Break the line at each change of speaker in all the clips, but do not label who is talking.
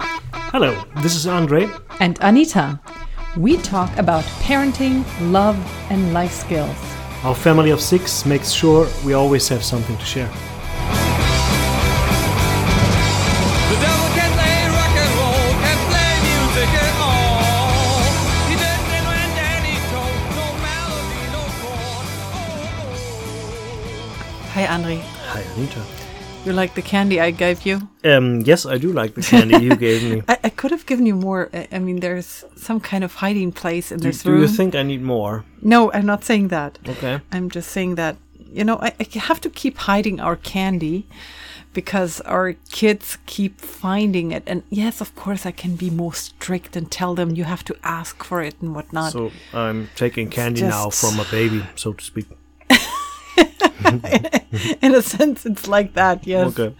Hello, this is Andre.
and Anita. We talk about parenting, love, and life skills.
Our family of six makes sure we always have something to share.
The devil can play rock and roll, can play music at all. He doesn't mind any tone, no melody, no chord. Oh,
Hi, Andre.
Hi, Anita.
You like the candy I gave you?
Um, yes, I do like the candy you gave me.
I, I could have given you more. I, I mean, there's some kind of hiding place in
Do,
this
do
room.
you think I need more?
no, I'm not saying that.
Okay.
I'm just saying that, you know, I, I have to keep hiding our candy because our kids keep finding it. And yes, of course, I can be more strict and tell them you have to ask for it and whatnot.
So I'm taking candy now
just-
from a baby, so to speak.
in a sense, it's like that, yes.
Okay.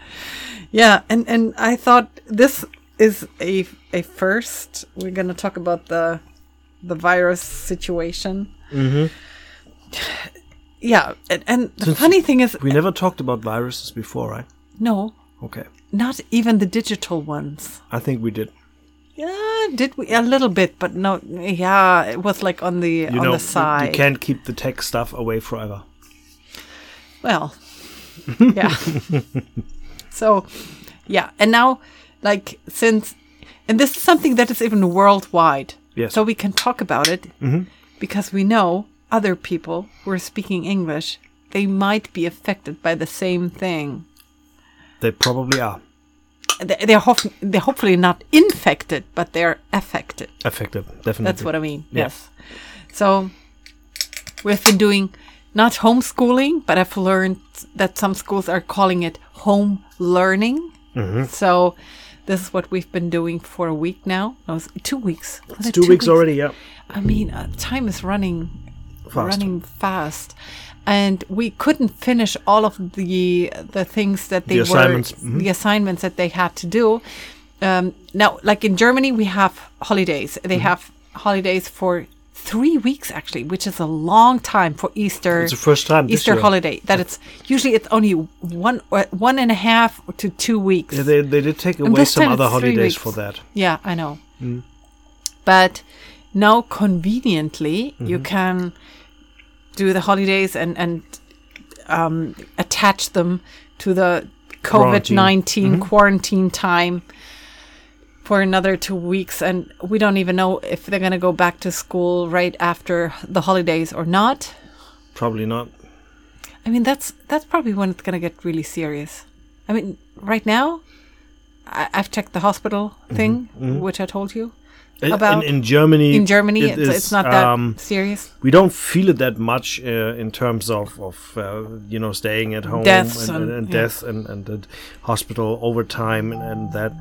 Yeah, and and I thought this is a a first. We're gonna talk about the the virus situation. Mm-hmm. Yeah, and, and the funny thing is,
We never talked about viruses before, right?
no,
Okay.
not even the digital ones.
I think we did.
Yeah, did we a little bit, but no. Yeah, it was like on the
You
on
know,
the
you,
side.
you can't keep the tech stuff away forever.
Well, yeah. so, yeah. And now, like, since, and this is something that is even worldwide.
Yes.
So we can talk about it because we know other people who are speaking English, they might be affected by the same thing.
They probably are
They- They're, hof- they're hopefully not infected, but they're affected.
affected, definitely.
That's what I mean.
Yeah.
Yes. So we've been doing not homeschooling, but I've learned that some schools are calling it home learning.
Mm-hmm.
So this is what we've been doing for a week now. No, it's two weeks. Was
It's
it
two weeks already, yeah.
I mean, uh, time is running
Fast.
running fast. And we couldn't finish all of the the things that they
The
were
assignments. Mhm.
the assignments that they had to do. Um, now, like in Germany, we have holidays. They
Mm-hmm.
have holidays for three weeks actually, which is a long time for Easter.
It's the first time this
Easter
year.
holiday that it's usually it's only one or one and a half to two weeks.
Yeah, they, they did take
And
away
this
some
time
other
it's three
holidays
weeks.
for that.
Yeah, I know. But now, conveniently, you can do the holidays and and um, attach them to the COVID 19 quarantine time for another two weeks. And we don't even know if they're going to go back to school right after the holidays or not.
Probably not.
I mean, that's that's probably when it's going to get really serious. I mean, right now, I, I've checked the hospital thing, which I told you
In-
about.
in, in Germany,
in Germany.
it
it's,
is,
it's not that
um,
serious.
we don't feel it that much uh, in terms of, of uh, you know staying at home
Deaths
and, and,
and-
and
yeah.
death and, and, and hospital overtime and, and that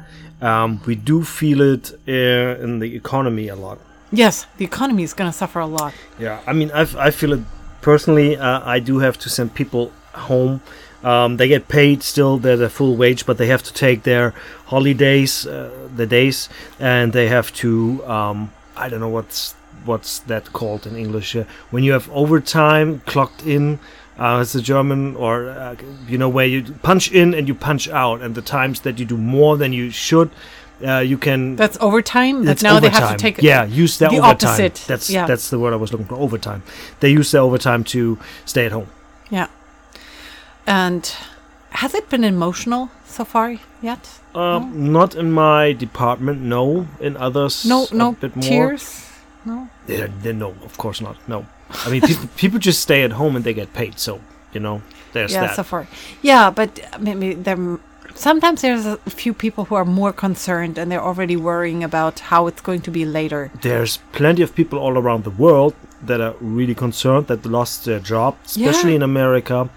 um, we do feel it uh, in the economy a lot
Yes, the economy is going to suffer a lot.
yeah i mean I've, i feel it personally uh, i do have to send people home um, they get paid still their, their full wage but they have to take their holidays uh, the days and they have to um, i don't know what's what's that called in english uh, when you have overtime clocked in uh, it's a german or uh, you know where you punch in and you punch out and the times that you do more than you should uh, you can
That's overtime, but
it's
now
overtime.
they have to take
yeah use their
the
overtime.
opposite.
That's
Yeah.
that's the word I was looking for. Overtime. They use their overtime to stay at home.
yeah. And has it been emotional so far yet?
Uh, Not in my department. No, in others.
No,
a
no
bit more.
tears. No.
Yeah, then no, of course not. No, I mean people, people just stay at home and they get paid. So you know, there's
yeah,
that.
so far. Yeah, but uh, maybe there. m- Sometimes there's a few people who are more concerned and they're already worrying about how it's going to be later.
there's plenty of people all around the world that are really concerned that they lost their job, especially
Yeah.
in America.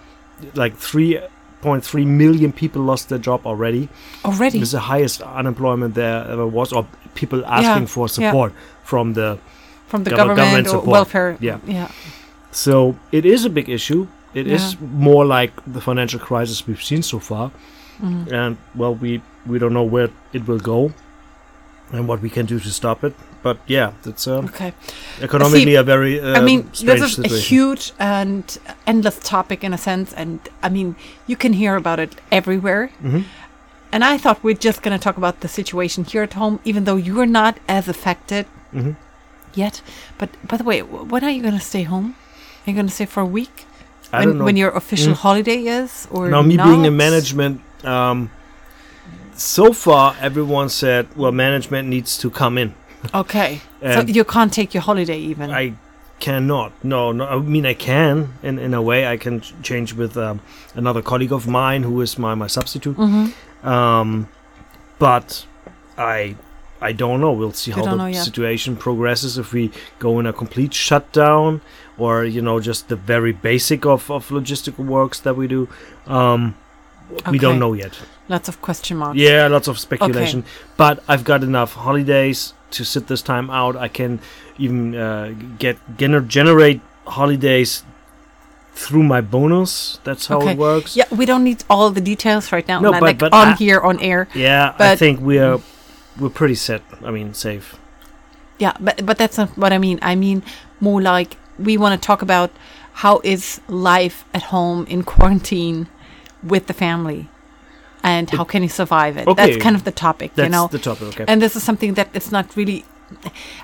Like three point three million people lost their job already.
Already.
It was the highest unemployment there ever was, or people asking
Yeah,
for
yeah.
support from the.
from the
Gov-
government,
government
or
support.
welfare.
Yeah.
yeah,
So it is a big issue. It is
Yeah.
more like the financial crisis we've seen so far,
Mm-hmm.
and well, we we don't know where it will go, and what we can do to stop it. But yeah, it's uh,
Okay,
economically a very um,
I mean
strange
this is
situation.
a huge and
Mm-hmm.
endless topic in a sense, and I mean you can hear about it everywhere. And I thought we're just going to talk about the situation here at home, even though you're not as affected
Mm-hmm.
yet. But by the way, wh- when are you going to stay home? Are you going to stay for a week?
I
when,
don't know.
when your official holiday is, or
now me being in
not?
management um, so far everyone said well management needs to come in
Okay, so
And-
you can't take your holiday even.
i cannot no no i mean i can in, in a way i can ch- change with um, another colleague of mine who is my, my substitute
Mm-hmm.
um, but i i don't know we'll see how the
don't know yet.
situation progresses if we go in a complete shutdown or you know just the very basic of, of logistical works that we do um, we
Okay.
don't know yet
Lots of question marks.
Yeah, lots of speculation. But I've got enough holidays to sit this time out. I can even uh, get gener- generate holidays through my bonus. That's how
Okay.
it works.
Yeah, we don't need all the details right now,
No,
like-
but-
like
but
on
I-
here on air.
Yeah, I
But-
think we are we're pretty set. I mean, safe.
Yeah, but but that's not what I mean. I mean more like we want to talk about how is life at home in quarantine with the family, and how can you survive it.
Okay.
That's kind of the topic,
That's
you know.
the topic. Okay.
and this is something that it's not really.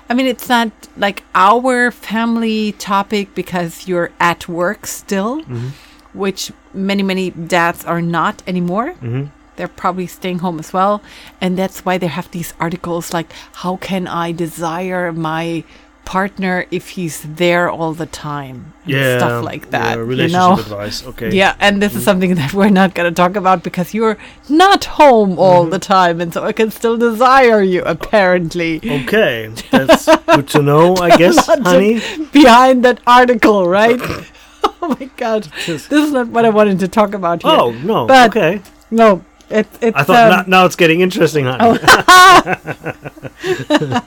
I mean, it's not like our family topic because you're at work still,
Mm-hmm.
which many many dads are not anymore
Mm-hmm.
they're probably staying home as well and that's why they have these articles like how can i desire my partner if he's there all the time and
yeah,
stuff like that
yeah,
you
relationship
know
advice. Okay.
yeah and
Mm-hmm.
this is something that we're not going to talk about because you're not home all
Mm-hmm.
the time and so i can still desire you
Oh.
apparently
Okay, that's good to know. I guess,
Logic
honey.
behind that article right oh my god
Just-
this is not what i wanted to talk about here
Oh no.
But-
okay.
no it, it's
I thought
um, Oh.
no- now it's getting interesting, honey.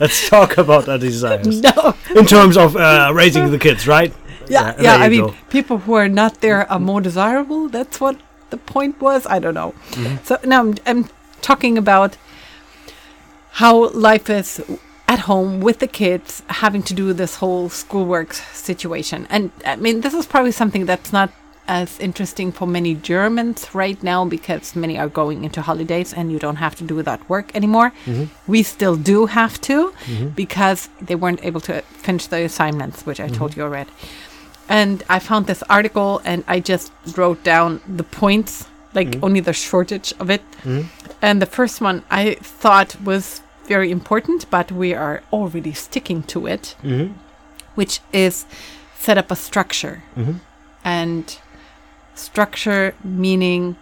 Let's talk about our desires
no
in terms of uh, raising the kids, right?
Yeah,
Yeah,
yeah.
there
I
you
mean,
go.
people who are not there are more desirable. That's what the point was. I don't know.
Mm-hmm.
So now I'm, I'm talking about how life is at home with the kids, having to do this whole schoolwork situation. And I mean, this is probably something that's not as interesting for many Germans right now because many are going into holidays and you don't have to do that work anymore.
Mm-hmm.
We still do have to because they weren't able to finish the assignments, which I told you already. And I found this article and I just wrote down the points, like only the shortage of it. And the first one I thought was very important, but we are already sticking to it,
Mm-hmm.
which is set up a structure. And structure meaning,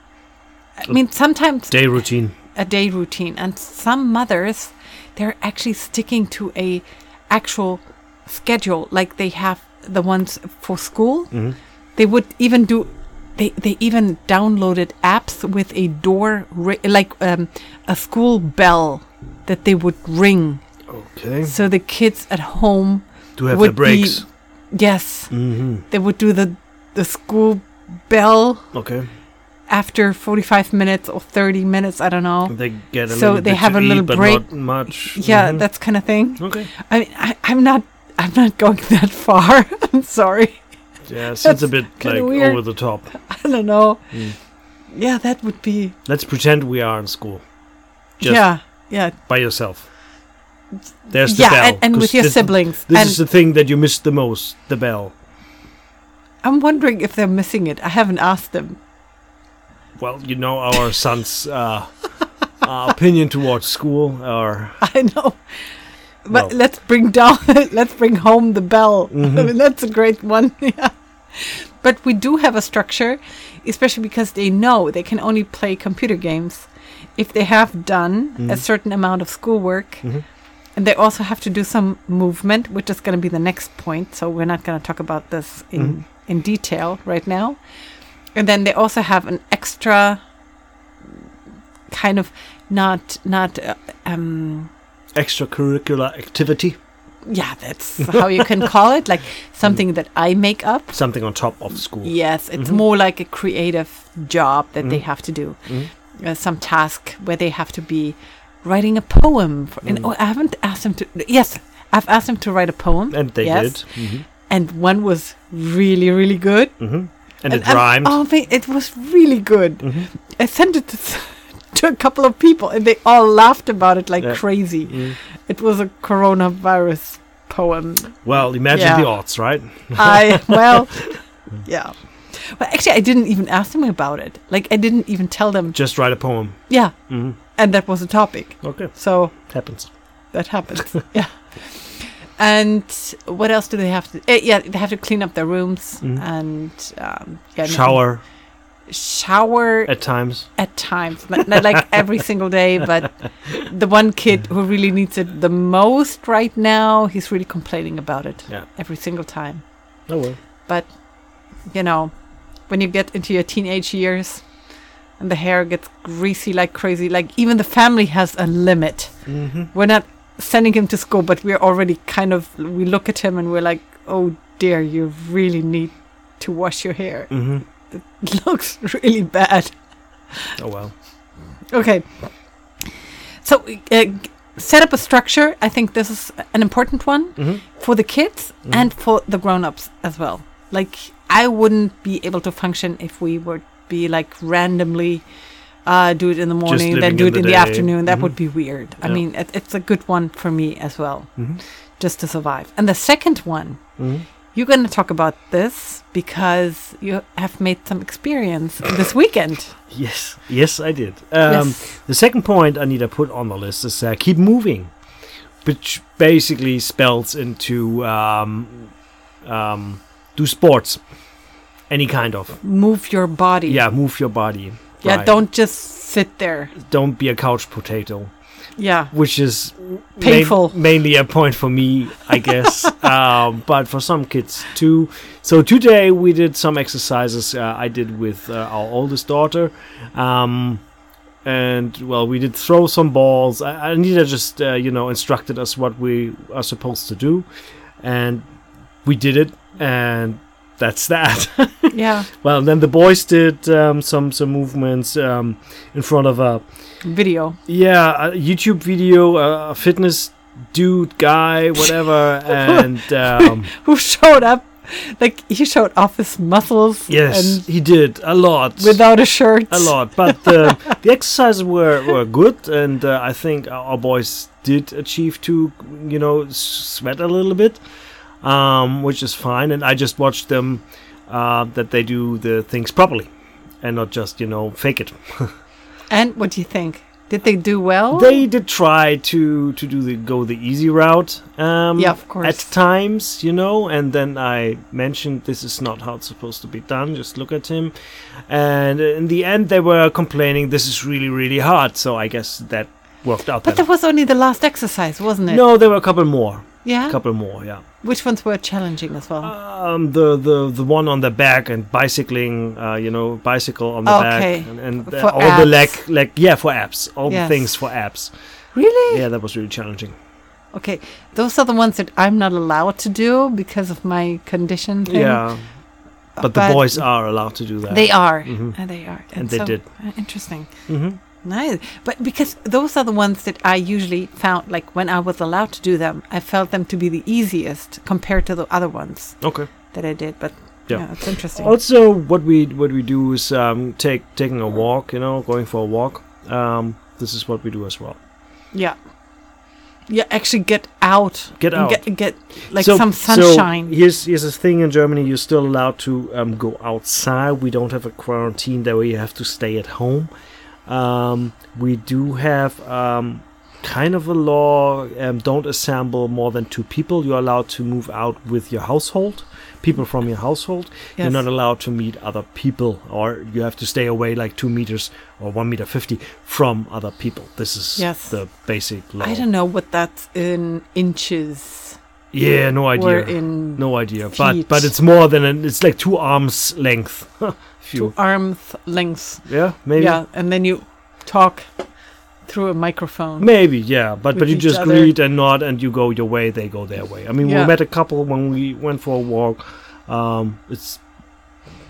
I mean, sometimes
Day routine.
a day routine and some mothers they're actually sticking to a actual schedule like they have the ones for school
Mm-hmm.
they would even do they, they even downloaded apps with a door ri- like um, a school bell that they would ring
Okay.
so the kids at home
To have
would
the breaks.
be yes
hmm
they would do the the school bell
Okay.
after 45 minutes or 30 minutes i don't know
They get a
Oh. So
little
they
bit
have
to
a little
eat, but
break.
not much.
yeah
Mhm.
that's that kind of thing
okay.
I mean, I, I'm not. I'm not going that far. I'm sorry.
Yeah, so it's a
That's
bit like
kinda weird.
over the top.
I don't know.
Mm.
Yeah, that would be.
Let's pretend we are in school. Just
yeah, yeah,
by yourself. There's the bell.
yeah, and, and
'cause
with your
this-
siblings.
This
and
is the thing that you miss the most, the bell.
I'm wondering if they're missing it. I haven't asked them.
Well, you know our son's uh, uh, opinion towards school. Or
I know. But
No.
let's bring down. let's bring home the bell. I mean, that's a great one. yeah. But we do have a structure, especially because they know they can only play computer games if they have done a certain amount of schoolwork. And they also have to do some movement, which is going to be the next point. So we're not going to talk about this in in detail right now. And then they also have an extra kind of not not uh, um,
extracurricular activity,
yeah, that's how you can call it, like something that I make up.
something on top of school.
Yes, it's
Mm-hmm.
more like a creative job that they have to do.
Mm-hmm.
Uh, some task where they have to be writing a poem. For,
Mm.
and, oh, I haven't asked them to. Yes, I've asked them to write a poem.
And they
yes,
did, hmm
And one was really, really good.
Mm-hmm. and, it
I'm-
rhymed. Mm-hmm.
oh, man, it was really good. I sent it to s- to a couple of people, and they all laughed about it like
Yeah.
crazy. It was a coronavirus poem.
Well, imagine
Yeah.
the odds, right?
I well, yeah. Well, actually, I didn't even ask them about it. Like, I didn't even tell them.
Just write a poem.
Yeah,
Mhm.
and that was a topic.
Okay,
So
happens.
that happens. yeah. And what else do they have to? eh, yeah, they have to clean up their rooms
Mhm.
and um, yeah, no-
Shower
shower at,
at times.
times, not, not like every single day. But the one kid who really needs it the most right now, he's really complaining about it
Yeah.
every single time.
Oh well.
you know, when you get into your teenage years and the hair gets greasy like crazy, like even the family has a limit.
Mm-hmm.
We're not sending him to school, but we're already kind of, we look at him and we're like, oh dear, you really need to wash your hair.
Mm-hmm.
It looks really bad.
Oh well.
Okay. So, uh, g- set up a structure. I think this is an important one.
Mm-hmm.
for the kids
Mhm.
and for the grown-ups as well like i wouldn't be able to function if we would be like randomly uh, do it in the morning then
living
do
in
it
the
in the
day.
afternoon that
Mhm.
would be weird i
Yeah.
mean it, it's a good one for me as well
Mhm.
just to survive and the second one
Mm-hmm.
you're going to talk about this because you have made some experience this weekend
Yes, yes, I did. Um,
yes.
The second point Anita put on the list is uh, keep moving, which basically spells into um, um, do sports, any kind of.
move your body
Yeah, move your body.
yeah
Right.
don't just sit there
don't be a couch potato,
yeah
which is main-
Painful.
mainly a point for me, I guess, um, but for some kids too. So today we did some exercises. Uh, I did with uh, our oldest daughter. Um, and well, we did throw some balls. I Anita just, uh, you know, instructed us what we are supposed to do, and we did it, and that's that.
yeah
well, then the boys did um, some some movements um, in front of a
video
yeah, a YouTube video, a fitness dude, guy, whatever, and um,
who showed up like he showed off his muscles
yes,
and
he did a lot,
without a shirt
a lot. But the the exercises were were good, and uh, I think our our boys did achieve to you know s- sweat a little bit, um, which is fine. And I just watched them uh, that they do the things properly. And not just you know fake it.
and what do you think did they do well
They did try to to do the go the easy route. Um,
yeah of course
at times, you know, and then I mentioned this is not how it's supposed to be done. Just look at him. And in the end, they were complaining this is really, really hard. So I guess that worked out.
but
then.
that was only the last exercise wasn't it
no, there were a couple more.
yeah
A couple more, yeah.
which ones were challenging as well
Um, the, the the one on the back and bicycling, uh, you know, bicycle on the
Okay.
back and, and uh,
For
all the leg,
abs.
leg, yeah, for apps, all
Yes.
the things for apps.
really
Yeah, that was really challenging.
okay those are the ones that i'm not allowed to do because of my condition thing.
Yeah, but, the boys are allowed to do that.
they are
Mhm.
and they are
And they did.
uh, interesting
hmm
Nice. But because those are the ones that I usually found, like when I was allowed to do them, I felt them to be the easiest compared to the other ones
Okay.
that I did. But yeah,
Yeah.
it's interesting.
Also, what we what we do is um, take taking a walk. You know, going for a walk. Um, this is what we do as well.
yeah. Yeah, actually get out.
Get
and
out.
Get, get like
So-
some
so
sunshine.
here's here's a thing in Germany. You're still allowed to um, go outside. We don't have a quarantine that we have to stay at home. Um, we do have um, kind of a law: um, don't assemble more than two people. You're allowed to move out with your household, people from your household.
Yes.
You're not allowed to meet other people, or you have to stay away like two meters or one meter fifty from other people. This is
Yes.
the basic law.
I don't know what that's in inches
yeah, no idea.
or in
No idea,
Feet.
but but it's more than an, it's like two arms length. if
two
you,
arm th- lengths.
yeah, maybe,
Yeah, and then you talk through a microphone.
maybe, yeah. But but
With
you
each
just
other.
greet and nod, and you go your way. They go their way. I mean,
Yeah.
we met a couple when we went for a walk. Um, it's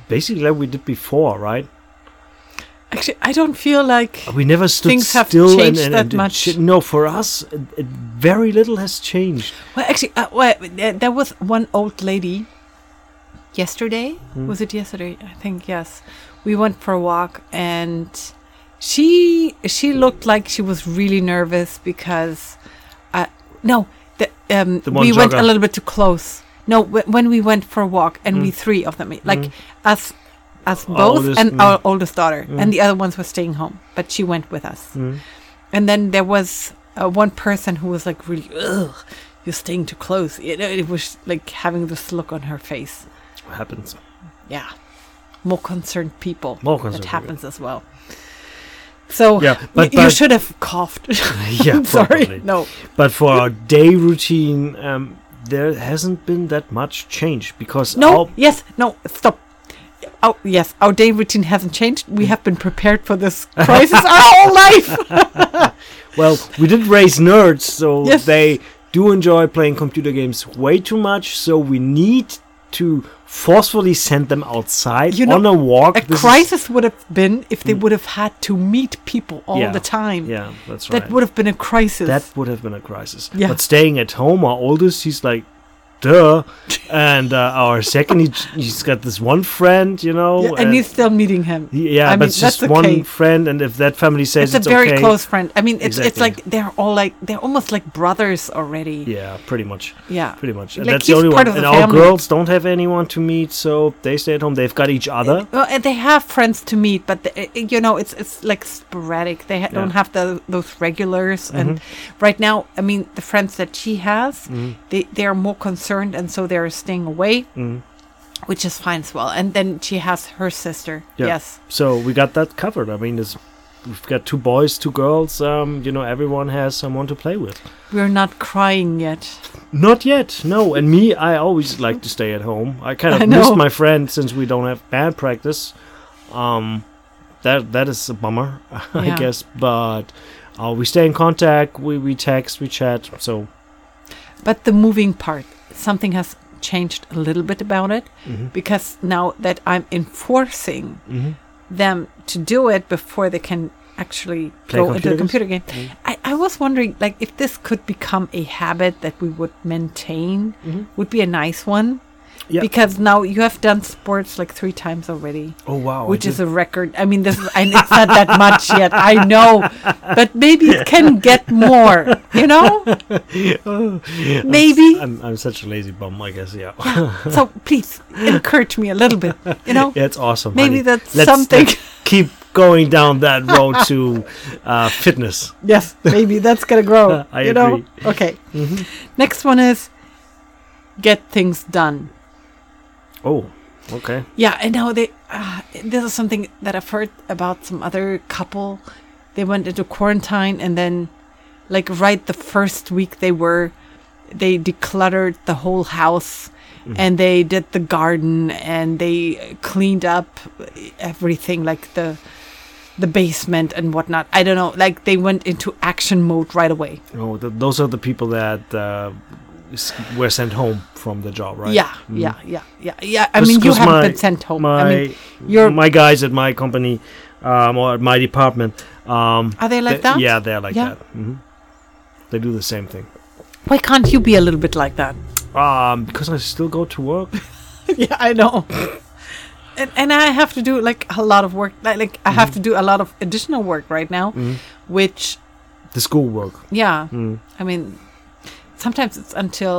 basically like we did before, right?
Actually, I don't feel like.
We never stood
Things have
still and-
changed
and,
that
and did
much.
shit. no, for us, it, it, very little has changed.
Well, actually, uh, well, there, there was one old lady yesterday. Was it yesterday? I think, yes. We went for a walk and She she looked like she was really nervous because, uh, no, the, um,
The
we went
Monjaga.
a little bit too close. No, wh- when we went for a walk and we three of them, like us, us both
oldest,
and
mm.
our oldest daughter, and the other ones were staying home, but she went with us. And then there was uh, one person who was like really, ugh, you're staying too close. You know, it was like having this look on her face
happens.
yeah, more concerned people.
More concerned
That
people.
happens as well. So
Yeah,
y-
but-
you
but-
should have coughed.
Yeah,
I'm sorry.
probably.
No.
But for our day routine, um, there hasn't been that much change because
No.
our-
Yes. No. Stop. Oh yes, our day routine hasn't changed.
Mm.
We have been prepared for this crisis our whole life.
well, we did raise nerds, so
Yes.
they do enjoy playing computer games way too much. So we need to forcefully send them outside
You know,
on a walk.
A
This is- Mm.
crisis would have been if they would have had to meet people all
Yeah,
the time.
yeah, that's
That
right.
would have been a crisis.
that would have been a crisis.
Yeah.
But staying at home, our oldest, he's like, duh. And uh, our second, he, he's got this one friend, you know.
yeah, and he's still meeting him.
he- yeah,
I
but
mean,
it's
that's
just one
okay.
friend, and if that family says
It's,
it's,
a very
okay,
close friend. I mean, it's it's
Exactly.
like they're all like they're almost like brothers already.
yeah, pretty much,
Yeah.
pretty much. And
Like,
that's the
he's
only
part
one.
of
And
the
our
family.
girls don't have anyone to meet, so they stay at home. They've got each other.
Uh, Well, and they have friends to meet, but the, you know, it's it's like sporadic. They ha- don't have the, those regulars, and
Mm-hmm.
right now, I mean, the friends that she has, they they are more concerned, and so they're staying away,
Mm-hmm.
which is fine as well. And then she has her sister.
Yeah.
Yes,
So we got that covered. I mean, it's, we've got two boys, two girls. Um, you know, everyone has someone to play with.
we're not crying yet.
Not yet, no. And me, I always like to stay at home. I kind of
I know.
missed my friend since we don't have band practice. Um, that that is a bummer, I
Yeah.
guess. But uh, we stay in contact. We we text, we chat. So
But the moving part, something has changed a little bit about it
Mm-hmm.
because now that I'm enforcing them to do it before they can actually
Play Mm-hmm.
go into the computer
computer
game, I, I was wondering like if this could become a habit that we would maintain would be a nice one.
Mm-hmm. Yeah.
Because now you have done sports like three times already
oh wow,
which is a record. I mean, this is, and it's not that much yet. I know, but maybe it can get more. You know, maybe.
I'm I'm such a lazy bum. I guess yeah.
So please encourage me a little bit. You know,
yeah, it's awesome.
maybe
honey.
that's
Let's-
something.
let's keep going down that road to uh, fitness.
yes, maybe that's gonna grow.
I
you know. Okay. Next one is get things done.
Oh, okay.
Yeah, and now they. Uh, this is something that I've heard about some other couple. They went into quarantine, and then, like right the first week they were, they decluttered the whole house, and they did the garden, and they cleaned up everything, like the, the basement and whatnot. I don't know. Like they went into action mode right away.
Oh, th- those are the people that uh, s- were sent home from the job, right?
Yeah,
Mhm.
yeah, yeah, yeah, yeah. I
Cause-
mean, you
'cause
haven't
my-
been sent home.
my
I mean, you're.
my guys at my company um, or at my department. Um,
are they like
they-
that?
Yeah, they're like
Yeah.
that. hmm They do the same thing.
Why can't you be a little bit like that?
Um, because I still go to work.
yeah, I know. and, and I have to do like a lot of work. Like, like I have to
Mm-hmm.
do a lot of additional work right now, which
The school work. Mm.
yeah, I mean, sometimes it's until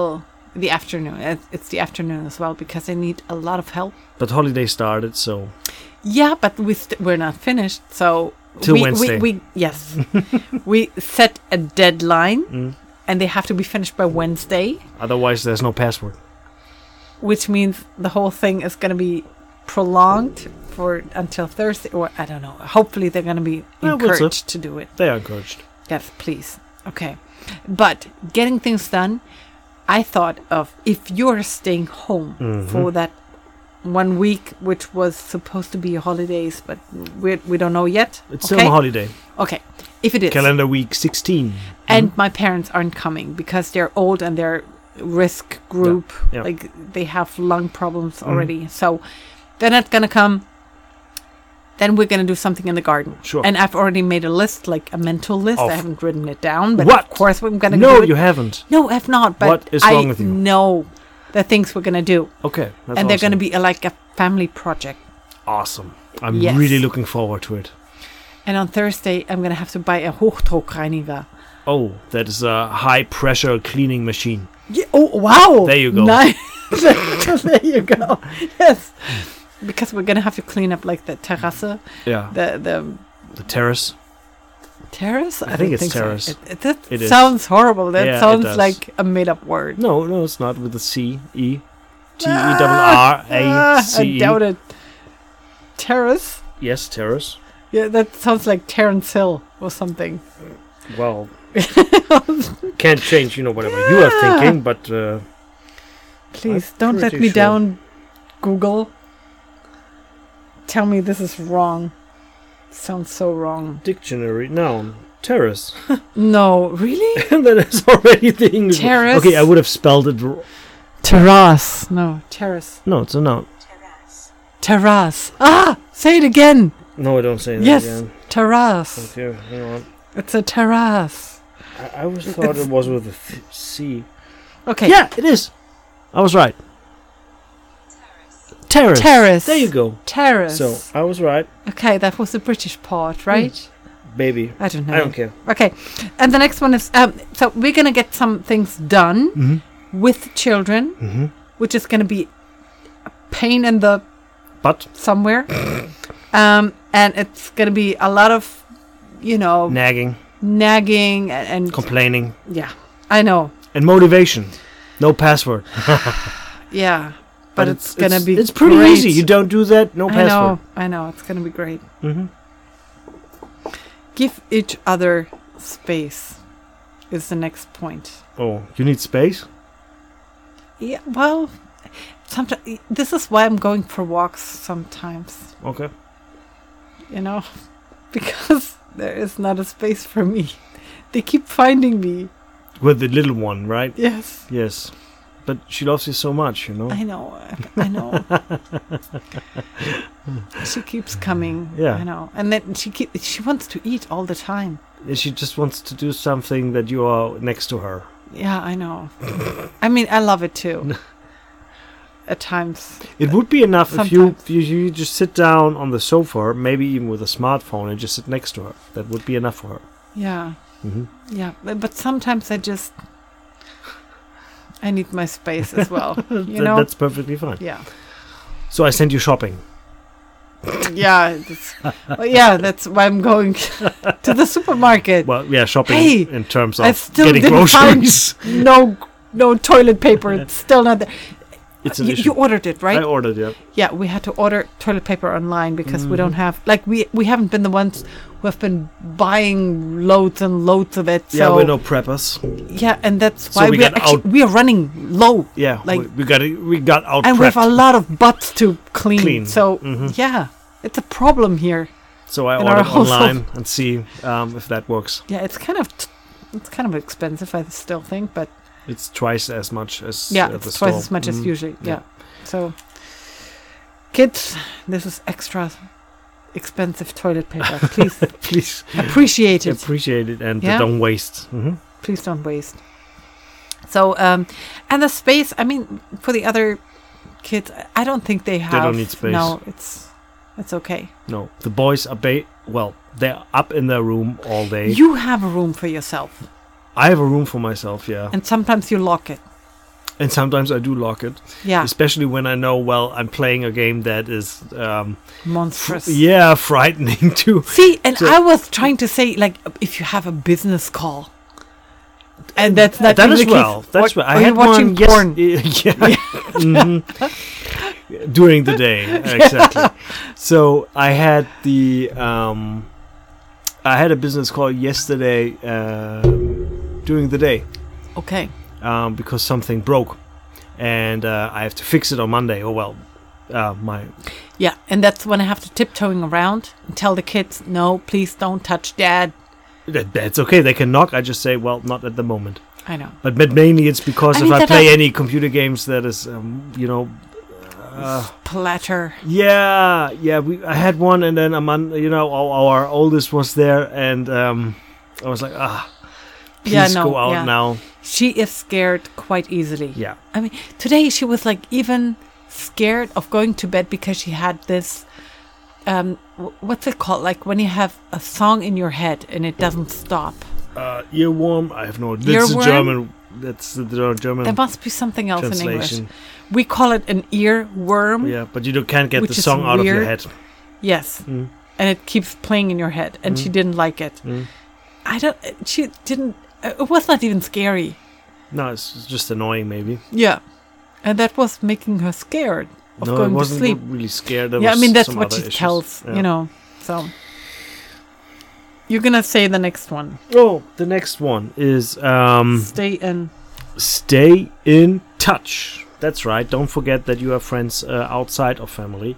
the afternoon. It- It's the afternoon as well because I need a lot of help.
But holiday started, so
Yeah, but we st- we're not finished. So
Till
we,
Wednesday.
We, we yes, we set a deadline,
Mm.
and they have to be finished by Wednesday,
otherwise there's no password.
which means the whole thing is going to be prolonged for until Thursday, or I don't know. Hopefully, they're going to be
Yeah, we'll see.
encouraged to do it.
They are encouraged.
Yes, please. Okay, but getting things done. I thought of if you're staying home
Mm. Mm-hmm.
for that one week, which was supposed to be holidays, but we we don't know yet.
It's still a holiday.
Okay, if it is,
Calendar week 16.
and
Mm-hmm.
my parents aren't coming because they're old and they're risk group,
yeah. Mm-hmm.
like they have lung problems already, so they're not gonna come. Then we're gonna do something in the garden.
Mm-hmm. Sure.
And I've already made a list, like a mental list.
Of-
I haven't written it down, but
What?
of course we're gonna
No,
do it.
you haven't.
no, I've not. But
What is
I
wrong with you?
know the things we're gonna do,
Okay. That's
and they're uh,
awesome.
gonna be a, like a family project.
awesome. I'm
Yes.
really looking forward to it.
And on Thursday, I'm going to have to buy a Hochdruckreiniger.
Oh, that is a high pressure cleaning machine.
Yeah, oh, wow.
There you go.
Nice. there you go. Yes. Because we're going to have to clean up like the terrasse,
Yeah,
the, the
the terrace.
terrace.
I think
don't
it's
so.
terrace.
It, it, that
It is.
sounds horrible. That
Yeah, it
sounds
does.
like a made up word.
No, no, it's not with the C E T E R R
Ah,
A C
I
E.
doubt it. Terrace?
Yes, terrace.
Yeah, that sounds like Terrence Hill or something.
Well, can't change. You know whatever you are
Yeah.
thinking, but uh,
Please
I'm
don't let
pretty
me
sure.
down, Google. Tell me this is wrong. Sounds so wrong.
dictionary noun terrace.
No, really?
that is already the English. word.
Terrace.
Okay, I would have spelled it. r-
Terrace. No, terrace.
No, it's a noun.
Terrace. Ah! Say it again!
No, I don't say that
Yes!
again.
Terrace.
Okay, hang on.
It's a terrace.
I, I always thought it was with a th- C.
Okay.
Yeah, it is. I was right. Terrace.
Terrace.
There you go.
Terrace.
So I was right,
Okay, that was the British part, right?
baby.
I don't know.
I don't care.
Okay, and the next one is um, so we're gonna get some things done with children, which is gonna be a pain in the
But
somewhere, um, and it's gonna be a lot of you know
nagging,
nagging and, and
complaining,
yeah, I know,
and motivation. No password.
yeah, but, it's, gonna
it's,
be
It's pretty
great.
easy. You don't do that. No
I
password.
know, I know, it's gonna be great.
Mhm.
Give each other space is the next point.
Oh, you need space.
Yeah, well, sometimes this is why I'm going for walks sometimes,
Okay.
you know, because there is not a space for me. They keep finding me.
With the little one, right?
Yes,
Yes. But she loves you so much, you know.
I know. I- I know. she keeps coming.
Yeah.
I know. And then she keep, she wants to eat all the time.
She just wants to do something that you are next to her.
Yeah, I know. I mean, I love it too. At times,
It would be enough if you, you you just sit down on the sofa, maybe even with a smartphone, and just sit next to her. That would be enough for her.
yeah,
Mhm.
yeah. But but sometimes I just I need my space as well. You
That-
know.
that's perfectly fine.
Yeah,
So I sent you shopping.
yeah, that's, well, yeah. That's why I'm going to the supermarket.
Well, yeah, shopping
Hey,
in terms of
I still
getting
didn't
groceries.
find no, no toilet paper. It's still not there.
it's an
You,
issue.
you ordered it, right?
I ordered it.
yeah, we had to order toilet paper online because we
Mm-hmm.
don't have like we we haven't been the ones who have been buying loads and loads of it.
yeah,
so,
we're no preppers.
yeah, and that's
So
why
we
we are
got
actually
out-
we are running low.
Yeah,
Like-
we, we got it- we got out
and we have a
prepped.
lot of butts to clean.
Clean. Mm-hmm.
So yeah, it's a problem here.
So I
in our
ordered
household.
online and see um, if that works.
Yeah, it's kind of t- it's kind of expensive. I still think, but
It's twice as much as
yeah,
uh,
it's
the
twice
store.
as much as
Mhm.
usually.
yeah.
Yeah. So, kids, this is extra expensive toilet paper. Please
Please
appreciate it.
appreciate it and
Yeah.
don't waste. hmm
please don't waste. So, um, and the space, I mean, for the other kids, I- I don't think they have.
don't need space.
No, it's it's okay.
No, the boys are ba- well. They're up in their room all day.
You have a room for yourself,
I have a room for myself, yeah,
and sometimes you lock it.
and sometimes I do lock it,
Yeah,
especially when I know well I'm playing a game that is, um,
monstrous.
yeah, frightening too.
See, and
So-
I was trying to say, like, if you have a business call, and that's not
Mm, that
in
as
the kids-
well. That's
or-
well. I
or you're
had
watching
one. yes-
porn.
yeah. Mhm. During the day, exactly. So I had the um, I had a business call yesterday uh, during the day.
Okay.
um, because something broke, and uh, I have to fix it on Monday. Oh well, uh, my
Yeah, and that's when I have to tiptoeing around and tell the kids, no, please don't touch dad.
that, that's okay. They can knock. I just say, well, not at the moment.
I know.
But, but mainly it's because
I
if
mean,
I
that
play
I-
any computer games, that is, um, you know, uh,
Platter.
yeah, yeah. We I had one, and then a month, you know, our, our oldest was there, and um, I was like, ah, please
Yeah, no,
go out
yeah.
now.
She is scared quite easily.
Yeah,
I mean, today she was like even scared of going to bed because she had this um, w- what's it called? Like when you have a song in your head and it doesn't stop.
Uh, earworm. I have no. That's the
Earworm?
German. That's the German.
There must be something else in English.
Mm. Translation.
We call it an earworm.
yeah, but you don't- can't get
Which
the
is
song out of your
weird.
head.
Yes.
Mm.
And it keeps playing in your head. And she didn't like it. I don't. uh, She didn't. uh, It was not even scary.
No, it's it's just annoying. Maybe.
Yeah. And that was making her scared of
no, I
going to
wasn't
sleep.
really scared. There
yeah, I
was
mean, that's
some
what
other
she
issues.
tells,
Yeah.
you know. So. You're gonna say the next one.
Oh, the next one is um,
Stay in.
stay in touch. That's right. Don't forget that you have friends uh, outside of family.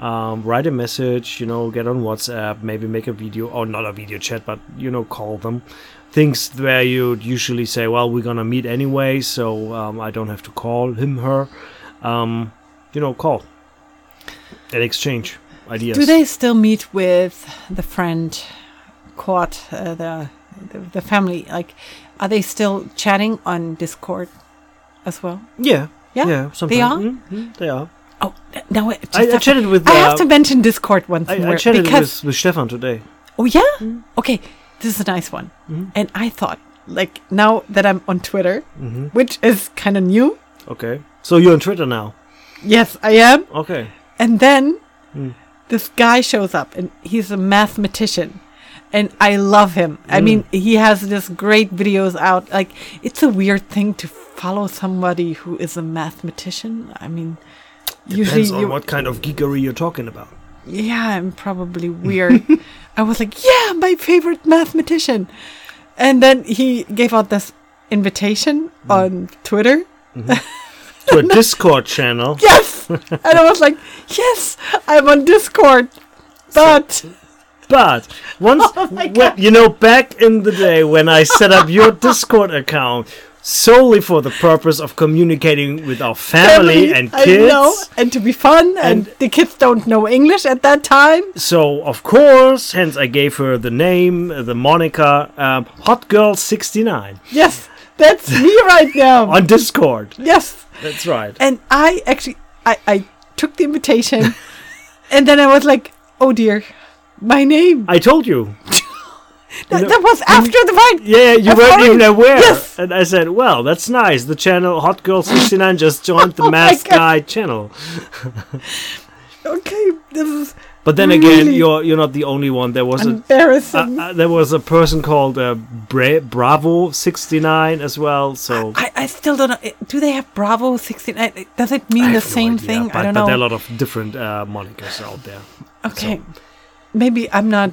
Um, write a message, you know, get on WhatsApp, maybe make a video, or not a video chat, but you know, call them. Things where you'd usually say, well, we're gonna meet anyway, so um, I don't have to call him, her. Um, you know, call and exchange ideas.
Do they still meet with the friend, Court, uh, the, the the family? Like, are they still chatting on Discord as well?
Yeah.
Yeah?
yeah sometimes.
are?
Mhm, they are.
Oh th- no! I, just
I, I
have to-
chatted with. Uh,
I have to mention Discord once
I,
more
I chatted
because
with, with Stefan today. Mm-hmm.
Oh yeah? Okay, this is a nice one. And I thought, like, now that I'm on Twitter, which is kind of new.
Mm-hmm. Okay. So you're on Twitter now.
Yes, I am.
Okay.
And then
Hmm.
this guy shows up, and he's a mathematician. And I love him. I mean,
Hmm.
he has this great videos out. Like, it's a weird thing to follow somebody who is a mathematician. I mean,
Depends
usually
on
you,
what kind of geekery you're talking about.
yeah, I'm probably weird. I was like, yeah, my favorite mathematician. And then he gave out this invitation
Hmm.
on Twitter.
To a Discord channel.
Yes! and I was like, yes, I'm on Discord. But
But once,
Oh my
when- you know, back in the day when I set up your Discord account solely for the purpose of communicating with our family, and
I
kids.
know, and to be fun,
And-
and, the kids don't know English at that time.
So, of course, hence I gave her the name, uh, the moniker, um, Hot Girl 69
Yes, that's me right now.
on Discord.
yes.
That's right.
And I actually, I, I took the invitation, and then I was like, oh dear, my name.
I told you.
Th-
No.
that was after the fight.
Yeah, you
I'm
weren't
sorry.
even aware.
Yes.
And I said, well, that's nice. The channel Hot Girl 69 just joined the
Oh my
Masked
God.
Guy channel.
Okay, this is
But then again,
Really?
you're you're not the only one. There was a
embarrassing.
uh, uh, there was a person called uh, Bra- Bravo 69 as well. So
I, I still don't know. I- Do they have Bravo 69? Does it mean
I
the
have no
same
idea,
thing?
But,
I don't
but there are a lot
know.
of different uh, monikers out there.
Okay, maybe I'm not.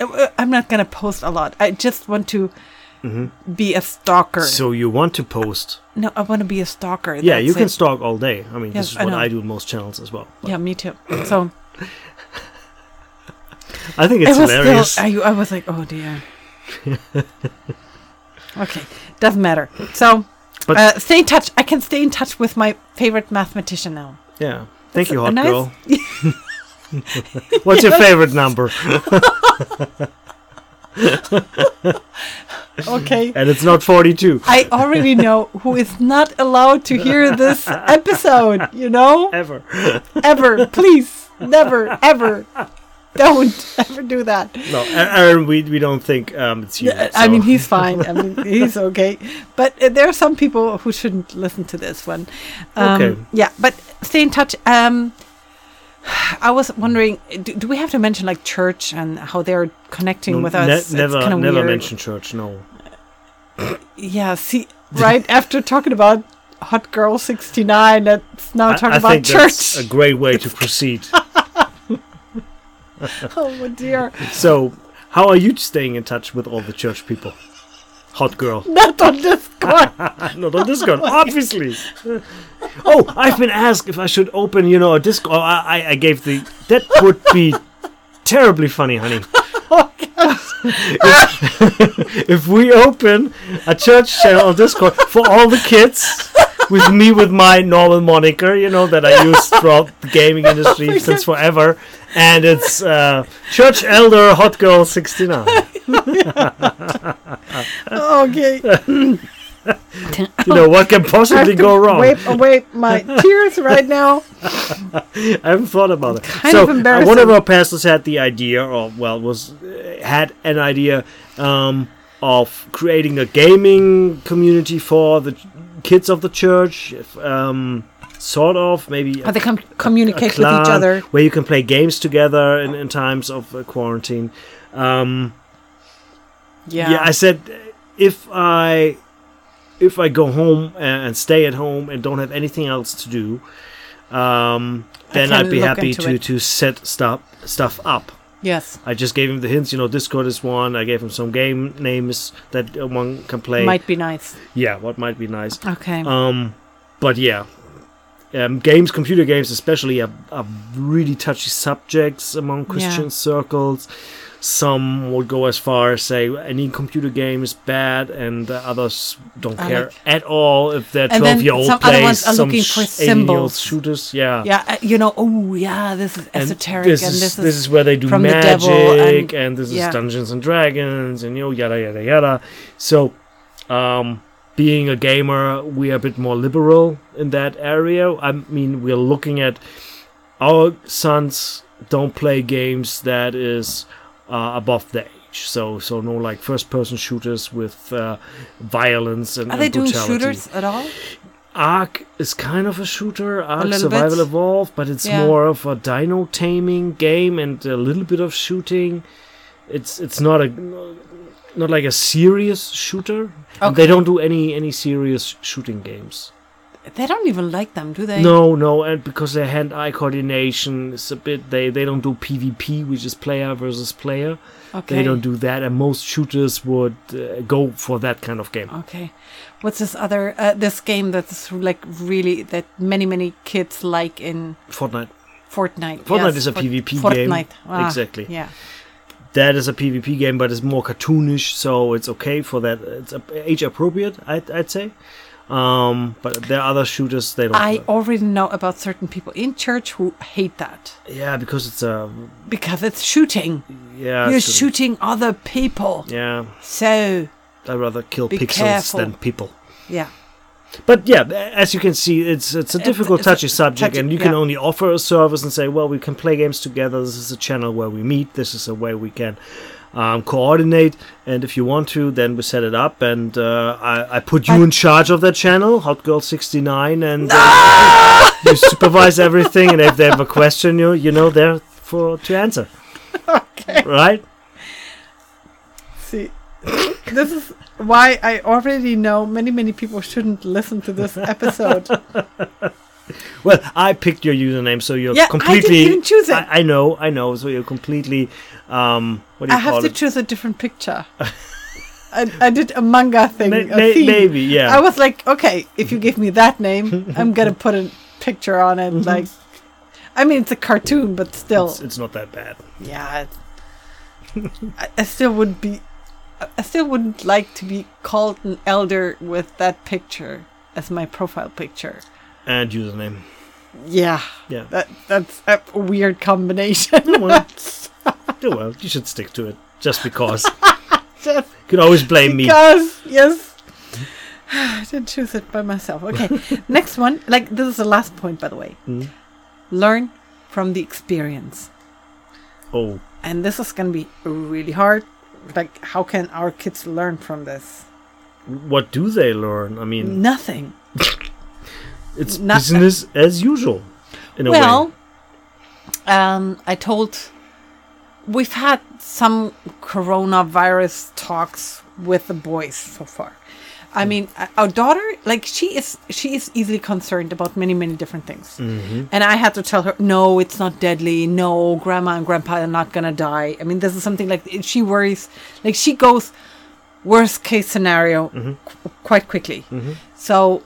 uh, uh, I'm not gonna post a lot. I just want to be a stalker.
Mm-hmm. So you want to post?
no, I want to be a stalker.
Yeah, you
that's
can
it.
stalk all day. I mean, this is
Yes, I
what
know.
I, do in most channels as well.
yeah, me too. So
I think
it
it's
was
hilarious.
still. I, I was like, oh dear. okay, doesn't matter. So.
But-
uh, stay in touch. I can stay in touch with my favorite mathematician now.
yeah. Thank you,
a
hot
nice-
girl. What's your favorite number?
Okay.
And it's not 42.
I already know who is not allowed to hear this episode, you know?
Ever.
Ever. Please. Never. Ever. Don't ever do that.
No, A- Aaron, we, we don't think um, it's you.
I mean,
so-
he's fine. I mean, he's okay. But uh, there are some people who shouldn't listen to this one. Um,
Okay.
Yeah, but stay in touch. Um, I was wondering, do, do we have to mention like church and how they're connecting
No,
with
ne-
us?
never,
kinda
never
weird.
mention church. No,
Yeah, see, right after talking about Hot Girl 69, let's now talk about
that's
church.
a great way to proceed.
oh dear,
so, how are you staying in touch with all the church people? Hot girl.
not on this card.
Not on Discord, obviously. oh, I've been asked if I should open, you know, a Discord. Oh, I, I- I gave the. That would be terribly funny, honey.
Oh,
if, if we open a church channel on Discord for all the kids, with me with my normal moniker, you know, that I used throughout the gaming
Oh,
industry since forever, and it's uh, Church Elder Hot Girl 69.
Okay.
you know what can
I
possibly
have to
go wrong?
Wipe away my tears right now.
I haven't thought about it.
Kind
so
of embarrassing.
uh, one of our pastors had the idea, or well, was uh, had an idea um, of creating a gaming community for the ch- kids of the church, if, um, sort of maybe.
How
a
they com- communicate with
clan
each other.
where you can play games together in, in times of uh, quarantine. Um,
Yeah.
yeah. I said if I if I go home and, and stay at home and don't have anything else to do, um, then
can
I'd be
look
happy
into
to
it.
to set stuff stuff up.
yes.
I just gave him the hints, you know. Discord is one. I gave him some game names that uh, one can play.
Might be nice.
yeah, what might be nice.
Okay.
Um, but yeah, um, games, computer games especially, are, are really touchy subjects among Christian circles. Some would go as far as say any computer game is bad, and uh, others don't
I
care
like-
at all if they're
And then
twelve year old
some other
plays
ones are
some
looking for
sh- 18 year old
symbols.
shooters. Yeah,
yeah. uh, You know. Oh, yeah. This is
And
esoteric,
this,
and
is,
this is,
where they do
from the
magic,
devil
and,
and-
this
yeah.
is Dungeons and Dragons, and you know, yada yada yada. So, um, being a gamer, we are a bit more liberal in that area. I mean, we're looking at our sons don't play games that is uh, above the age. So, so no like first-person shooters with uh, violence and,
Are
and
they doing
brutality.
shooters at all?
Ark is kind of a shooter, Ark
little
Survival
bit.
Evolved, but it's
Yeah.
more of a dino taming game and a little bit of shooting. It's it's not a not like a serious shooter. And They
Okay.
don't do any any serious shooting games.
They don't even like them, do they?
No, no, and because their hand-eye coordination is a bit they they don't do PvP, which is player versus player.
Okay.
They don't do that, and most shooters would uh, go for that kind of game.
Okay. What's this other uh, this game that's like really that many many kids like in
Fortnite.
Fortnite?
Fortnite
Yes,
is a
Fort-
PvP game.
Fortnite. Ah,
Exactly.
Yeah.
that is a PvP game, but it's more cartoonish, so it's okay for that. It's age appropriate, I'd, I'd say. Um, but there are other shooters they don't.
I
like.
already know about certain people in church who hate that
yeah, because it's a
because it's shooting.
yeah.
You're
it's a-
shooting other people.
Yeah,
So,
I'd rather kill
Be
pixels
careful.
than people.
yeah.
But yeah, as you can see, it's it's a
It's-
difficult,
it's a
touchy subject,
touchy-
and you can
yeah.
only offer a service and say, well, we can play games together. This is a channel where we meet. This is a way we can um, coordinate. And if you want to, then we set it up, and uh, I, I put you
But-
in charge of that channel, Hot Girl sixty nine, and uh, you supervise everything. And if they have a question, you you know there for to answer. Okay. Right.
See, this is why I already know many many people shouldn't listen to this episode.
Well, I picked your username, so you're
Yeah, I didn't
completely.
even choose it.
I, I know, I know. So you're completely. Um, what do
I
you
have
call
to
it?
choose a different picture. I, I did a manga thing.
May-
a
may-
theme.
maybe, yeah.
I was like, okay, if you give me that name, I'm gonna put a picture on it. Like, I mean, it's a cartoon, but still,
it's, it's not that bad.
yeah. it- I, I still would be, I- I still wouldn't like to be called an elder with that picture as my profile picture.
And username.
Yeah,
Yeah.
that that's a weird combination.
Oh, well. Oh, well, you should stick to it just because. you can always blame me.
Because yes, I didn't choose it by myself. Okay, next one. Like this is the last point, by the way.
Mm.
Learn from the experience,
Oh,
and this is going to be really hard. Like, how can our kids learn from this?
what do they learn? I mean,
Nothing.
it's
not-
business as usual in a
well,
way.
um, I told we've had some coronavirus talks with the boys so far. I mean, uh, our daughter, like she is, she is easily concerned about many, many different things.
Mm-hmm.
And I had to tell her, no, it's not deadly. No, grandma and grandpa are not gonna die. I mean, this is something like she worries, like she goes worst case scenario
Mm-hmm.
qu- quite quickly. So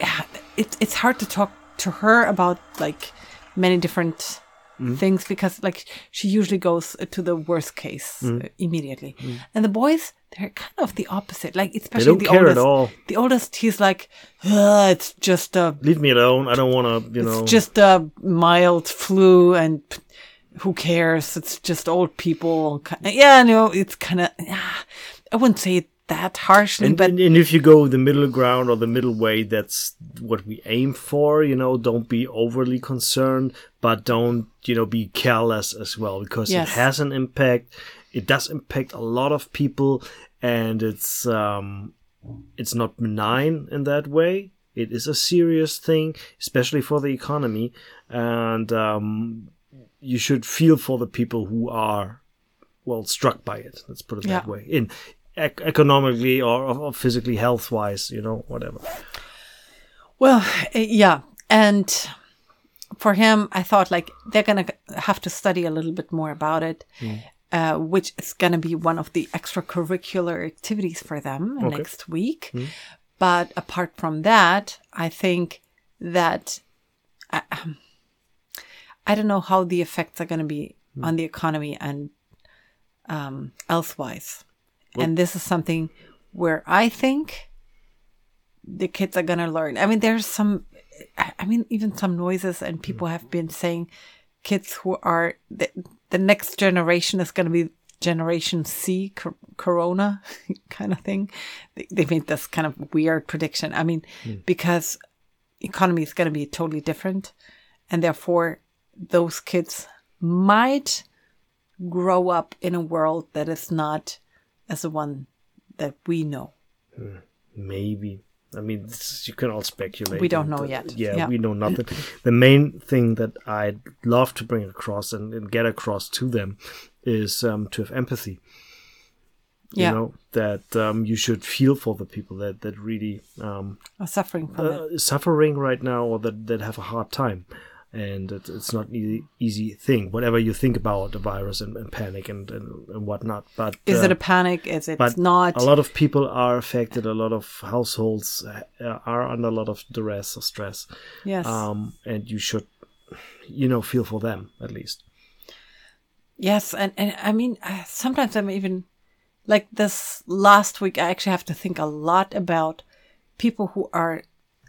yeah, it, it's hard to talk to her about like many different
Mm-hmm.
things because like she usually goes uh, to the worst case
Mm-hmm.
uh, immediately and the boys they're kind of the opposite like especially
don't
the
care at
oldest
all.
the oldest he's like "Ugh, it's just a
Leave me alone. I don't want to, you know.
it's just a mild flu and p- who cares it's just old people Ki- yeah no it's kind of ah, i wouldn't say it that harshly,
And,
but
and, and if you go the middle ground or the middle way, that's what we aim for. You know, don't be overly concerned, but don't you know be careless as well because
Yes.
it has an impact. It does impact a lot of people, and it's um, it's not benign in that way. It is a serious thing, especially for the economy, and um, you should feel for the people who are well struck by it. Let's put it that
Yeah.
way. In ec- economically or, or physically, health wise, you know, whatever.
Well, eh, yeah. And for him, I thought like they're going to have to study a little bit more about it, uh, which is going to be one of the extracurricular activities for them
Okay.
next week. But apart from that, I think that I- um, I don't know how the effects are going to be on the economy and um, elsewise. and this is something where I think the kids are gonna learn. I mean, there's some, I I mean, even some noises, and people have been saying, kids who are the, the next generation is gonna be Generation C cor- Corona kind of thing. They, they made this kind of weird prediction. I mean,
Hmm.
because economy is gonna be totally different, and therefore those kids might grow up in a world that is not as the one that we know.
Maybe. I mean, this, you can all speculate.
We
and,
don't know
uh,
yet.
Yeah,
Yeah.
we know nothing. the main thing that I'd love to bring across and, and get across to them is um, to have empathy.
Yeah.
You know, that um, you should feel for the people that, that really um,
Are suffering from it.
uh, suffering right now or that, that have a hard time and it, it's not an easy, easy thing whatever you think about the virus and, and panic and, and, and whatnot but
Is it
uh,
a panic? Is it
but
not?
a lot of people are affected a lot of households uh, are under a lot of duress or stress
yes.
um, and you should you know feel for them at least
yes. And, and I mean, uh, sometimes I'm even like this last week, I actually have to think a lot about people who are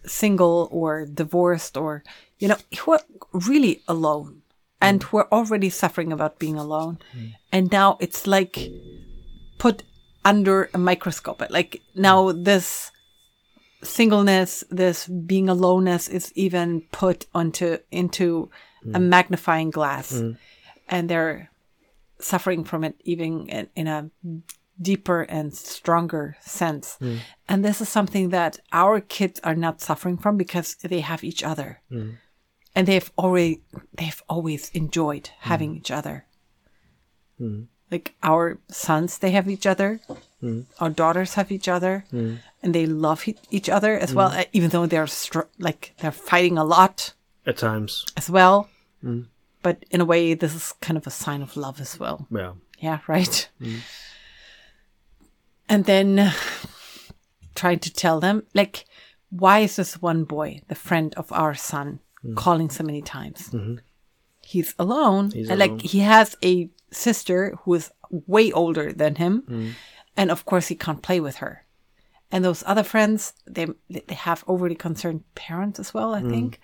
single or divorced or, you know, who are really alone and who are already suffering about being alone. And now it's like put under a microscope. Like now this singleness, this being aloneness is even put onto into a magnifying glass, and they're suffering from it even in, in a deeper and stronger sense. And this is something that our kids are not suffering from because they have each other. And they've already they've always enjoyed having each other. Like our sons, they have each other. Our daughters have each other, and they love he- each other as well. uh, Even though they're str- like they're fighting a lot
at times
as well, but in a way, this is kind of a sign of love as well.
yeah
Yeah, right.
Mm.
And then trying to tell them, like, why is this one boy, the friend of our son,
Mm.
calling so many times? He's alone.
Mm-hmm. He's
and,
alone.
Like, he has a sister who is way older than him.
Mm.
And of course, he can't play with her. And those other friends, they, they have overly concerned parents as well, I
Mm.
think.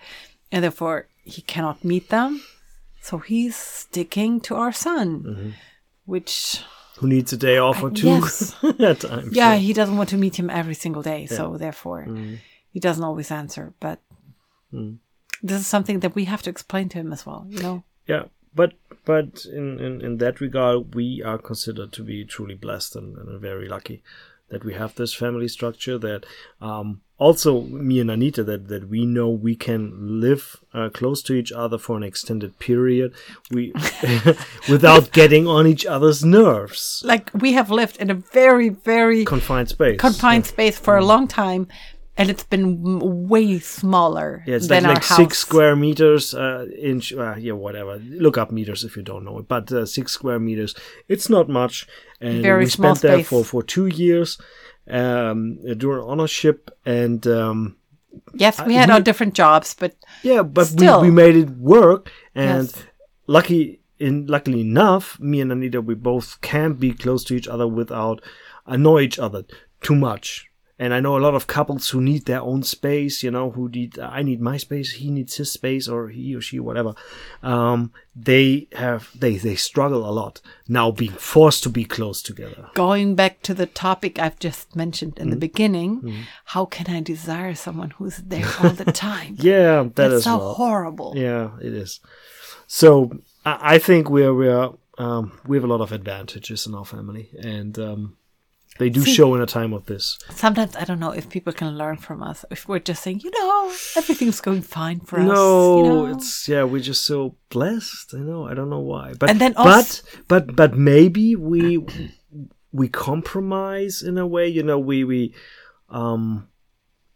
And therefore, he cannot meet them. So he's sticking to our son, which
who needs a day off or two
yes.
at times
yeah, he doesn't want to meet him every single day, so therefore
Mm.
he doesn't always answer. But this is something that we have to explain to him as well, you know.
Yeah, but but in, in, in that regard, we are considered to be truly blessed and, and very lucky that we have this family structure. That um, also me and Anita that that we know we can live uh, close to each other for an extended period, we without getting on each other's nerves.
Like we have lived in a very, very
Confined space.
confined space for a
Mm.
long time, and it's been m- way smaller
Yeah, it's
than
like,
our
like
house.
six square meters, uh, inch, uh, yeah, whatever. Look up meters if you don't know it, but uh, six square meters. It's not much. And
Very
we
small
spent there
space.
for, for two years um, during honorship. And um,
yes, we had
we-
our different jobs, but
yeah, but we,
Still.
we made it work. And
Yes.
lucky in luckily enough, me and Anita, we both can be close to each other without annoy each other too much. And I know a lot of couples who need their own space, you know, who need, I need my space, he needs his space, or he or she, whatever. Um, they have, they, they struggle a lot now being forced to be close together.
Going back to the topic I've just mentioned in the
Mm.
beginning, how can I desire someone who's there all the time?
Yeah, that
That's
as
so
well.
horrible.
Yeah, it is. So I, I think we're we're um, we have a lot of advantages in our family, and um, they do show in a time of this.
Sometimes I don't know if people can learn from us. If we're just saying, you know, everything's going fine for us.
no,
you know?
it's yeah, we're just so blessed. I know, I don't know why, but
And then
but
also-
but but maybe we we compromise in a way. You know, we we um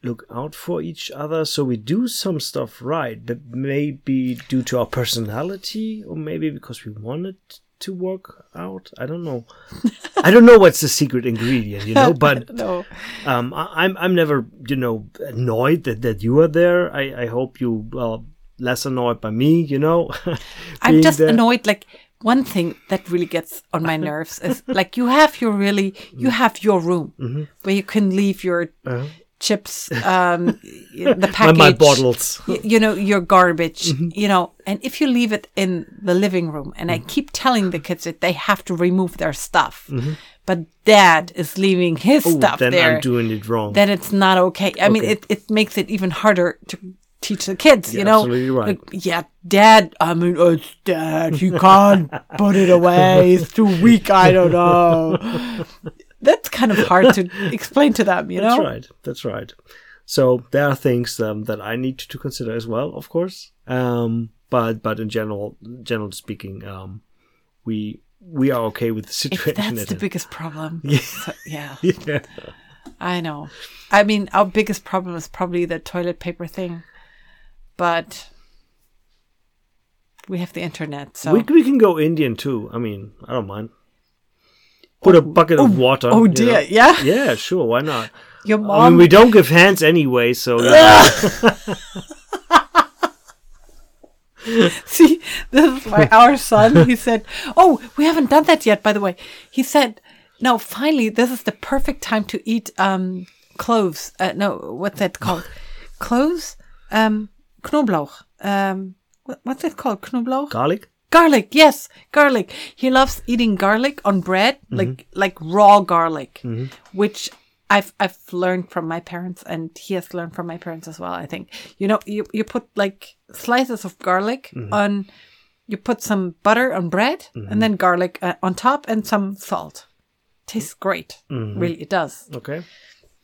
look out for each other so we do some stuff right but maybe due to our personality or maybe because we wanted to work out i don't know i don't know what's the secret ingredient you know but
no.
um, I, I'm I'm never you know annoyed that, that you are there. I, I hope you well less annoyed by me. You know,
I'm
being
just
there.
annoyed. Like one thing that really gets on my nerves is like you have your really
Mm-hmm.
you have your room where you can leave your chips, um, the
Uh-huh. My,
package,
my bottles. Mm-hmm.
y- you know your garbage you know and if you leave it in the living room and i keep telling the kids that they have to remove their stuff but dad is leaving his stuff
Mm-hmm. then
there
I'm doing it wrong.
then it's not okay i mean
Okay.
it, it makes it even harder to teach the kids you
You're
know
absolutely right.
Like, yeah dad i mean oh, it's dad he can't put it away it's too weak i don't know that's kind of hard to explain to them you know
That's right. That's right. So there are things um, that I need to consider as well, of course. Um, but but in general, general speaking, um, we we are okay with the
If
situation.
that's
at
the
hand.
biggest problem. Yeah. So, yeah.
Yeah.
I know. I mean, our biggest problem is probably the toilet paper thing, but we have the internet, so
We, we can go Indian too. I mean, I don't mind. Put a bucket of water.
oh
you know.
dear, yeah? Um,
Yeah, sure. Why not?
your
I mean,
mom.
we don't give hands anyway, so
see, this is why our son. He said, "Oh, we haven't done that yet." By the way, he said, "No, finally, this is the perfect time to eat um cloves. Uh, no, what's that called? cloves, um, Knoblauch. Um, what, what's it called? Knoblauch."
garlic.
garlic yes garlic he loves eating garlic on bread like like raw garlic which i've i've learned from my parents and he has learned from my parents as well i think you know you, you put like slices of garlic on you put some butter on bread and then garlic uh, on top and some salt tastes great really it does
Okay.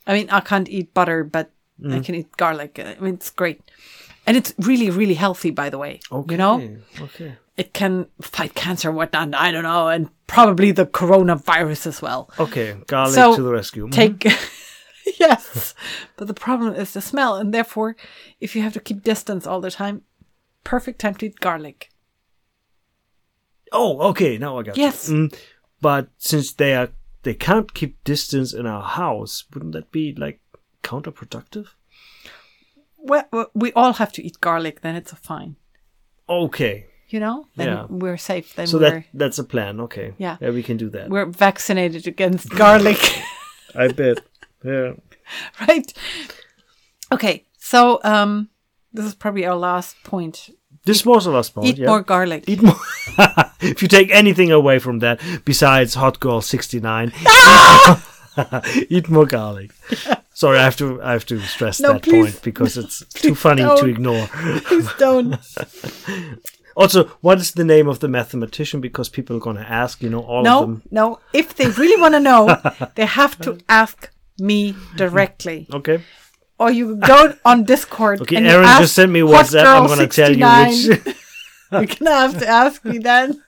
I mean, I can't eat butter, but I can eat garlic. I mean, it's great. And it's really, really healthy, by the way.
Okay.
You know,
Okay.
it can fight cancer, whatnot. I don't know. And probably the coronavirus as well.
Okay. Garlic
So,
to the rescue. Mhm.
Take. yes. But the problem is the smell. And therefore, if you have to keep distance all the time, perfect time to eat garlic.
Oh, okay. Now I got. you.
Yes.
Mm, but since they are, they can't keep distance in our house. Wouldn't that be like counterproductive?
Well, well, we all have to eat garlic. Then it's fine.
Okay.
You know, then
Yeah.
we're safe. Then
So
we're.
that that's a plan. Okay.
Yeah.
Yeah, we can do that.
we're vaccinated against garlic.
I bet. Yeah.
right? Okay, so um, this is probably our last point.
This was a last point.
Eat
yeah.
more garlic.
Eat more. if you take anything away from that, besides Hot Girl '69,
Ah!
eat more garlic. Sorry, I have to I have to stress
No,
that
please.
point because it's too
please
funny to
don't.
ignore.
Please don't.
Also, what is the name of the mathematician? Because people are going to ask, you know, all of
no,
them.
no. If they really want to know, they have to ask me directly,
Okay.
or you go on Discord.
Okay,
and you
Aaron
ask
just sent me
Hot
WhatsApp.
Girl
I'm going to tell you
69.
which.
You're gonna have to ask me then.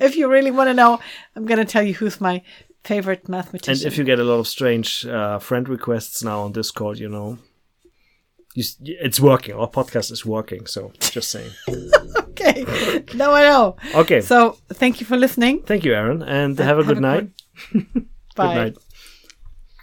if you really want to know, I'm gonna tell you who's my favorite
and
mathematician.
if you get a lot of strange uh, friend requests now on Discord, you know, you, s- it's working. Our podcast is working. So just saying.
okay, now I know.
Okay.
So thank you for listening.
Thank you, Aaron, and have a good
a
night.
good- Bye.
Good night.